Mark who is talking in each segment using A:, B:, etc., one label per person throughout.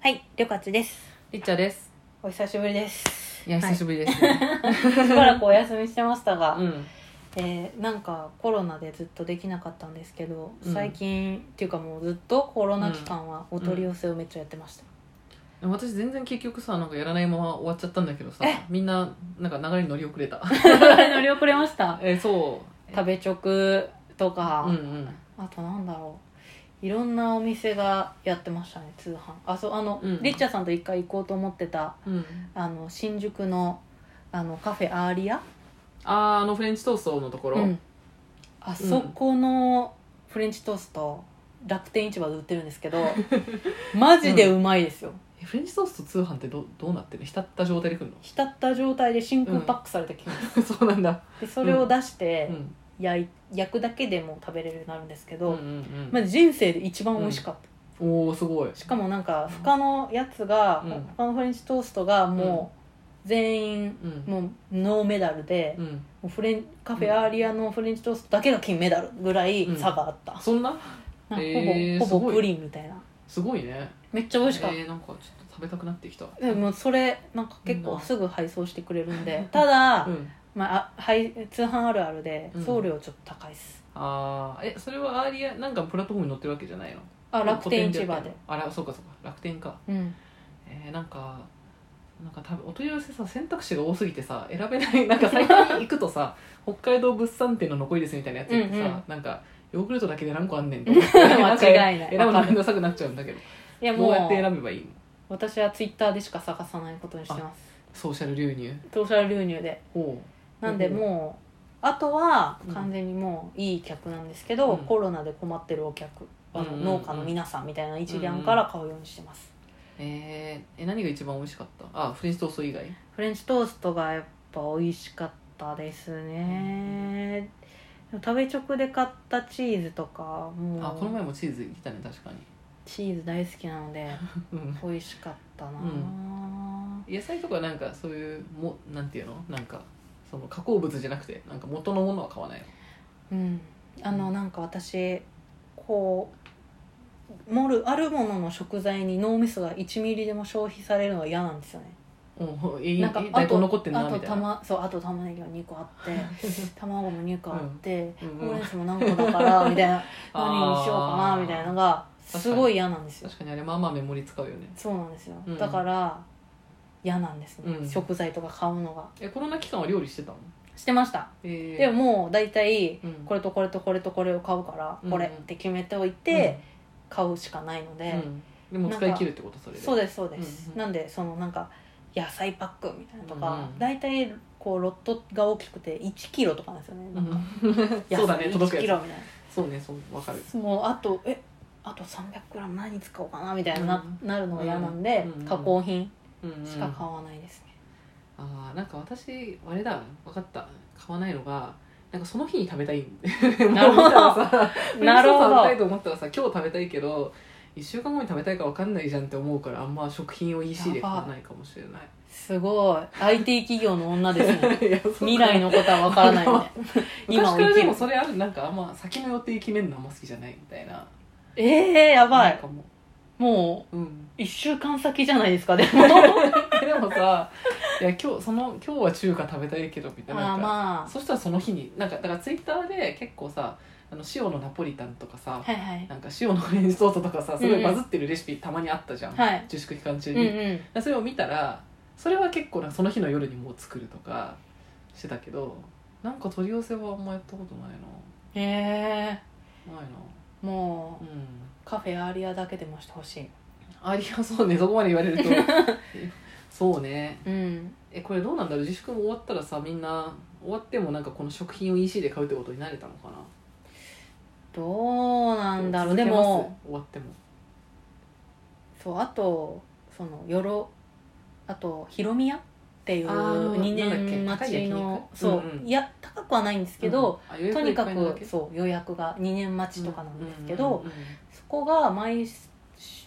A: はい、りょかつです。
B: りっちゃです。
A: お久しぶりです。
B: いや、
A: はい
B: 久しぶりで す、ね。
A: しばらくお休みしてましたが、
B: うん。
A: えーなんかコロナでずっとできなかったんですけど、
B: うん
A: 最近っていうかもうずっとコロナ期間はお取り寄せをめっちゃやってました。
B: でも私全然結局さなんかやらないまま終わっちゃったんだけどさ
A: え
B: みんななんか流れに乗り遅 れた
A: 乗り遅れました。
B: えそう
A: 食べ直とか、
B: うんうん
A: あとなんだろう。いろんなお店がやってましたね通販あそうあの、
B: うん
A: りっちゃんさんと一回行こうと思ってた
B: うん
A: あの新宿のあのカフェアーリア
B: あーあのフレンチトーストのところ、
A: うん、あそこのフレンチトースト、楽天市場で売ってるんですけ どマジでうまいですよ、
B: えフレンチトースト通販ってどどうなってる浸った状態で来る
A: 浸った状態で真空パックされてきます、
B: の そうなんだ
A: でそれを出し
B: う
A: て
B: ん
A: 焼い焼くだけでも食べれるようになるんですけ
B: う
A: ど、
B: んうんう
A: まあ、人生で一番美味しかった、
B: んおおすごい
A: しかもなんか他のやつが、
B: うん
A: 他のフレンチトーストがもう全員
B: うん
A: もうノーメダルで、
B: うん
A: もうフレンカフェアーリアのフレンチトーストだけが金メダルぐらい差があった、
B: そんな
A: なんか
B: えー
A: ほぼ
B: す
A: ほ
B: ご
A: ぼ
B: い
A: プリンみたいな
B: すごいね
A: めっちゃ美味しかった、
B: えー、なんかちょっと食べたくなってきた
A: でもそれなんか結
B: いい
A: 構
B: な
A: すぐ配送してくれるんでただ、
B: うん
A: まあ、あ配通販あるあるで
B: うん
A: 送料ちょっと高いです、
B: ああえそれはアーリアなんかプラットフォームに載ってるわけじゃないの
A: あ楽天市
B: や
A: 場
B: って
A: で
B: んのあらそうかそうか楽天か
A: うん
B: えー、なんかなんか多分お問い合わせさ選択肢が多すぎてさ選べないなんか最近行くとさ 北海道物産展の残りですみたいなやつってさ、
A: うんうん
B: なんかヨーグルトだけで何個あんねんと思って
A: 間違いない
B: んか選ぶのめんどくさくなっちゃうんだけど
A: いや
B: ど
A: も
B: う
A: う
B: やって選べばいいの
A: 私はツイッターでしか探さないことにしてます
B: ソーシャル流入
A: ソーシャル流入で
B: おう
A: なんで
B: うん
A: もうあとは
B: うん
A: 完全にもういい客なんですけど、
B: うん
A: コロナで困ってるお客あの
B: うんうんうん
A: 農家の皆さんみたいな一覧から買うようにしてます、
B: えー、え何が一番美味しかったあフレンチトースト以外
A: フレンチトーストがやっぱ美味しかったですね、でも食べ直で買ったチーズとか
B: あこ
A: も
B: の前
A: う
B: もチーズいたね確かに
A: チーズ大好きなので
B: うん
A: 美味しかったな、
B: う野菜とかなんかそういうもなんていうのなんかその加工物じゃなくてなんか元のものは買わないの
A: うんあのなんか私こう盛るあるものの食材に脳みそが1ミリでも消費されるのは嫌なんですよね
B: おいい
A: なんか
B: いい
A: あ
B: 大
A: と
B: 根残ってんな
A: あと
B: みたいな
A: 玉そうあと玉ねぎが2個あ って卵も2個あって、
B: うんうんうん
A: ほうれん草も何個だからみたいな何にしようかなみたいなのが
B: ー
A: すごい嫌なんですよ
B: 確かにあれまあまあメモリ使うよね
A: そうなんですよ、
B: うん
A: だから嫌なんですね、
B: うん
A: 食材とか買うのが
B: えコロナ期間は料理してたの
A: してました
B: えー
A: でももう大体
B: うん
A: これとこれとこれとこれを買うから
B: うん
A: これって決めておいて買うしかないの
B: うん
A: で、
B: うんでも使い切るってことそれで
A: そうですそうです、
B: うんうん
A: なんでそのなんか野菜パックみたいなのとか、
B: うんうん
A: 大体こうロットが大きくて1キロとかなんですよね、
B: う
A: なんか
B: ん そうだね
A: 野菜
B: 届
A: 1
B: く
A: キ
B: や
A: ロみたいな
B: つそうねそうわかる
A: もうあとえあと 300g 何使おうかなみたいな、な
B: う
A: なるのが嫌なんで、
B: うんうん
A: 加工品
B: うんうん
A: しか買わないですね、
B: あーなんか私あれだわかった買わないのがなんかその日に食べたいん で
A: なるほど
B: もう見たらさ
A: なるほど
B: フレンチトースト食べたいと思ったらさ今日食べたいけど1週間後に食べたいか分かんないじゃんって思うからあんま食品を EC で買わないかもしれない
A: すごい IT 企業の女ですね
B: いやそう
A: 未来のことは分からないみたいな
B: 昔
A: 今を
B: から
A: 生き
B: で
A: る
B: もそれあるなんかあんま先の予定決めるのあんま好きじゃないみたいな
A: ええやば
B: なん
A: い
B: かも
A: も
B: ううん
A: う1週間先じゃないですかでも
B: えでもさいや今日その今日は中華食べたいけどみたいな
A: あ
B: な
A: あ
B: んか
A: ま
B: そしたらその日になんかだからツイッターで結構さあの塩のナポリタンとかさ
A: あはいはい
B: なんか塩のフレンチトーストとかさすご
A: うんうん
B: いバズってるレシピたまにあったじゃん、
A: はい
B: 自粛期間中
A: うん
B: に、だか
A: うん
B: らそれを見たらそれは結構なその日の夜にもう作るとかしてたけどなんか取り寄せはあんまやったことない
A: ええ
B: なないな
A: も
B: う
A: うんカフェアリアだけでもしてほしい
B: ありがそうねそこまで言われ るとえそうね
A: うん
B: えこれどうなんだろう自粛も終わったらさみんな終わってもなんかこの食品を EC で買うってことになれたのかな
A: どうなんだろうで
B: 続けます
A: も
B: 終わっても
A: そうあとそのよろあとヒロミヤっていう
B: あー
A: 2年
B: なんだっ
A: 待
B: け
A: ちの
B: 高い焼
A: そう
B: 肉うんうん
A: いや高くはないんですけど、
B: うんあ予
A: と
B: 約がい
A: に
B: っぱ
A: か
B: いなわけ
A: くそう予約が2年待ちとかなんですけど、
B: うんうん
A: そこが毎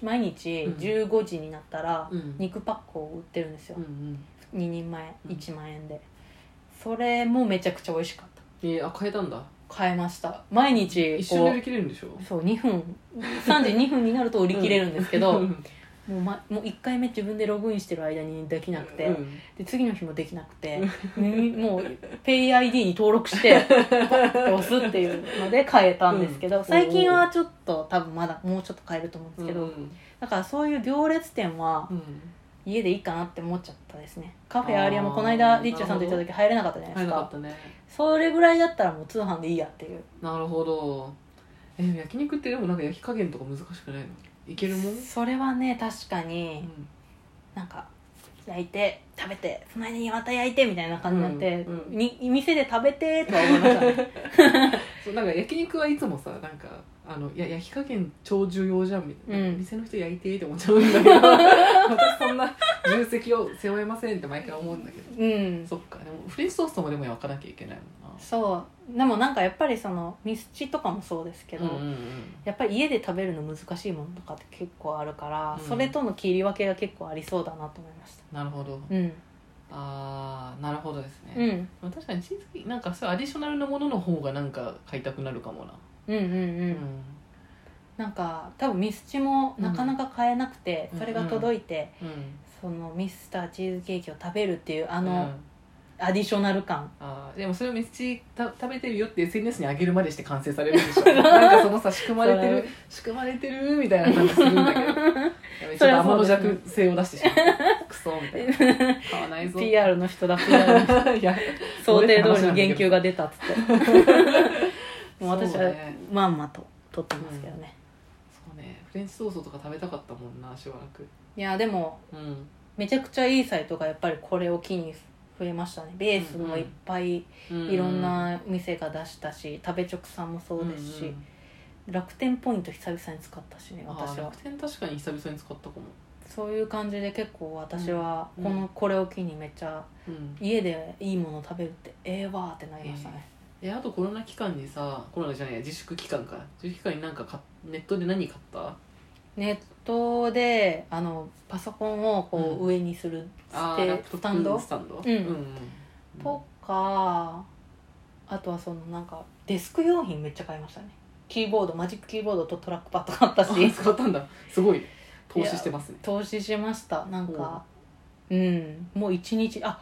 A: 毎日15時になったら
B: うんうん
A: 肉パックを売ってるんですよ、
B: うんうん
A: 2人前
B: うん
A: 1万円でそれもめちゃくちゃ美味しかっ
B: えー、あ変えたんだ
A: た買えました毎日
B: 一瞬
A: こ
B: で売り切れるんでしょ
A: うそう2分3時2分になると売り切れるんですけど
B: うん
A: もう,、ま、もう1回目自分でログインしてる間にできなくて、
B: うん
A: で次の日もできなくて耳もう PayID に登録してパッて押すっていうので変えたんですけど、
B: うん
A: 最近はちょっと多分まだもうちょっと変えると思うんですけど、
B: うん
A: だからそういう行列店は
B: うん
A: 家でいいかなって思っちゃったですねカフェアリアもこの間
B: あー
A: リッチャーさんと行った時入れなかったじゃないで
B: 入
A: す
B: らな
A: か
B: かったね
A: それぐらいだったらもう通販でいいやっていう
B: なるほどえー焼肉ってでもなんか焼き加減とか難しくないのいけるもん、うん
A: それはね確かに、なんか焼いて食べてその間にまた焼いてみたいな感じになって、
B: うんうん
A: に店で食べてとは思いましたね
B: そうなんか焼肉はいつもさなんかあのいや焼き加減超重要じゃんみたいな、
A: うん
B: 店の人焼いてって思っちゃうんだけど私そん な 重責を背負えませんって毎回思うんだけど、
A: うん
B: そっかでもフレンチトーストもでも焼かなきゃいけないもんな
A: そうでもなんかやっぱりそのミスチとかもそうですけど、
B: うんうんうん
A: やっぱり家で食べるの難しいものとかって結構あるから、
B: うん
A: それとの切り分けが結構ありそうだなと思いました
B: なるほど
A: うん
B: あーなるほどですね、
A: うんうん
B: まあ確かにチーズケーキなんかそういうアディショナルなものの方がなんか買いたくなるかもな
A: うんうん
B: う
A: なんか多分ミスチもなかなか買えなくて、
B: うん
A: それが届いて、
B: うん
A: そのミスターチーズケーキを食べるっていうあ
B: あ
A: のアディショナル感、
B: あーでもそれをめっちゃた食べてるよって SNS に上げるまでして完成されるでしょなんかそのさ仕組まれてる仕組まれてるみたいな感じするんだけどやべちょっと天の弱性を出してしまった クソみたいな買わないぞ
A: PR の人だ PR の人
B: いや
A: 想定通りに言及が出たっつって もう私
B: そう
A: は
B: ね
A: まんまと撮ってますけどね、
B: そうねフレンチソースとか食べたかったもんなしばらく
A: いやでも
B: うん
A: めちゃくちゃいいサイトがやっぱりこれを機に増えましたねベースもいっぱいいろんな店が出したし食べ直さんもそうですし、
B: うんうん
A: 楽天ポイント久々に使ったしね
B: あ
A: 私
B: ー
A: は
B: 楽天確かに久々に使ったかも、
A: そういう感じで結構私は
B: うん
A: このこれを機にめっちゃ
B: うん、
A: 家でいいもの食べるってええわーってなりましたね、
B: えあとコロナ期間にさコロナじゃないや自粛期間か自粛期間になんか買っネットで何買った
A: ネットであのパソコンをこ
B: う
A: う上にする
B: あ
A: ステ
B: ーラップトップ
A: スタンド
B: スタンド
A: んとか、あとはそのなんかデスク用品めっちゃ買いましたねキーボードマジックキーボードとトラックパッド買った
B: うんあ
A: し
B: 使ったんだすごい投資してますね
A: 投資しましたなんかうんもう一日あ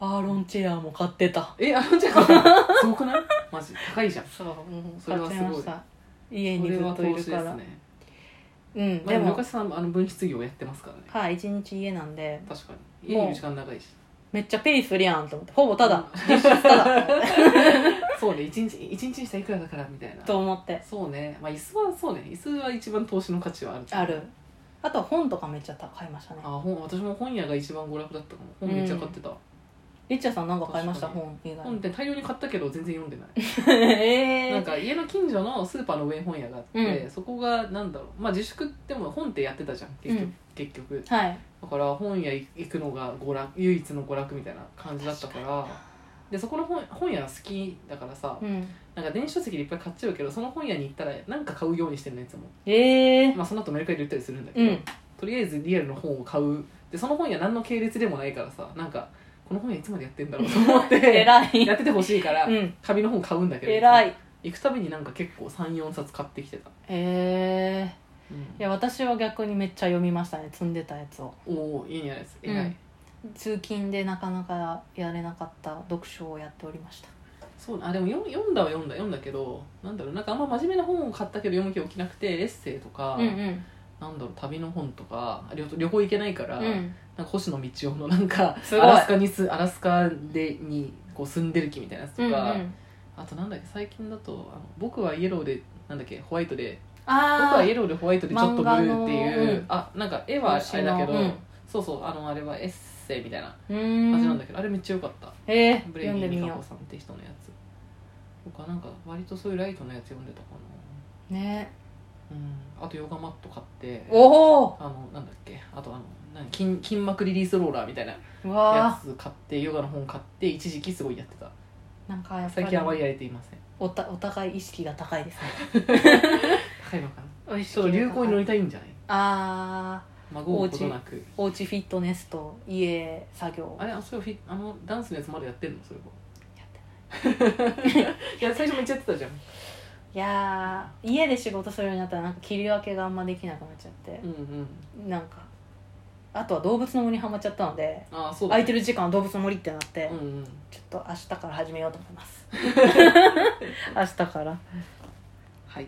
A: アーロンチェアも買ってた
B: えあのじゃあ すごくないマジ高いじゃん
A: そう、うん、
B: それ
A: 買
B: は
A: っ
B: す
A: ち
B: ご
A: ゃ
B: い
A: いました家
B: こ
A: に
B: れ
A: ず
B: は
A: っ
B: 投
A: とい
B: 資で
A: る
B: す
A: か
B: ね、
A: ら、うん
B: まあ、
A: で
B: でも
A: も
B: 昔さんあの分室業やってますからね
A: はい一日家なんで
B: 確かに家にいる時間長いし
A: めっちゃペリするやんと思ってほぼた
B: う
A: だ
B: ん
A: 実質ただ
B: そうね一日一日にしたらいくらだからみたいな
A: と思って
B: そうねまあ椅子はそうね椅子は一番投資の価値はある
A: あるあとは本とかめっちゃ買いましたね
B: あ本私も本屋が一番娯楽だったかも本めっちゃ買ってた、
A: リッチャーさんなんか買いました
B: 確
A: 本以外
B: 本って大量に買ったけど全然読んでない
A: え
B: なんか家の近所のスーパーの上に本屋があって、
A: う
B: そこがなんだろうまあ自粛でも本ってやってたじゃん結局,、
A: うん
B: 結局
A: はい
B: だから本屋行くのが娯楽唯一の娯楽みたいな感じだったからでそこの本本屋好きだからさ、
A: うん
B: なんか電子書籍でいっぱい買っちゃうけどその本屋に行ったらなんか買うようにしてるのいつも、
A: ええ
B: まあ、その後メルカリで売ったりするんだけ
A: う
B: ど、
A: ん
B: とりあえずリアルの本を買うでその本屋何の系列でもないからさなんかこの本屋いつまでやってんだろうと思って
A: 偉い
B: やっててほしいから、
A: うん
B: 紙の本買うんだけど
A: 偉い
B: 行くたびになんか結構34冊買ってきてた、
A: ええ
B: うん
A: いや私は逆にめっちゃ読みましたね積んでたやつを
B: おおいいねやつ
A: うん
B: 偉い、
A: 通勤でなかなかやれなかった読書をやっておりました
B: そうあでも読読んだは読んだ読んだけどなんだろうなんかあんま真面目な本を買ったけど読む気起きなくてエッセイとか、
A: うんうん
B: なんだろう旅の本とか旅旅行行けないから、
A: うん
B: なんか星野道夫のなんか
A: すごい
B: アラスカにすアラスカでにこう住んでる気みたいなやつ
A: うんう
B: とか、
A: ん
B: あとなんだっけ最近だとあの僕はイエローでなんだっけホワイトで僕
A: あ
B: は
A: あ
B: イエローでホワイトでちょっとブルーってい
A: 漫画の
B: う、
A: うん
B: あなんか絵はあれだけど、
A: 星のうん
B: そうそうあのあれはエッセイみたいな
A: う
B: 感じなん
A: ん
B: だけど、あれめっちゃ良かった
A: ええ
B: ブレイ
A: 読
B: ニ
A: んで
B: ー・
A: み
B: ミカ
A: よ
B: コさんって人のやつとかなんか割とそういうライトのやつ読んでたか
A: うね
B: なうんあとヨガマット買って
A: おお
B: あのなんだっけあとあの何筋筋膜リリースローラーみたいな
A: うわ
B: やつ買ってヨガの本買って一時期すごいやってた
A: ーなんかやっぱ
B: 最近あまり
A: り
B: やれていません
A: おたお互い意識が高いですね
B: 高いのかな
A: お意
B: ち
A: 識
B: ょっ
A: が高
B: と
A: い
B: 流行に乗りたいんじゃない
A: ああ
B: 孫うことなく
A: おうちフィットネスと家作業
B: あれあそれフィあのダンスのやつまだやってんのそれは
A: やって
B: いや最初めっちゃやってたじゃん
A: いやー家で仕事するようになったらなんか切り分けがあんまできなくなっちゃって
B: う、んうん
A: なんかあとは動物の森にハマっちゃったので
B: ああそうだ
A: 空いてる時間は動物の森ってなって、
B: うんうん
A: ちょ っと明日から始めようと思います明日から
B: はい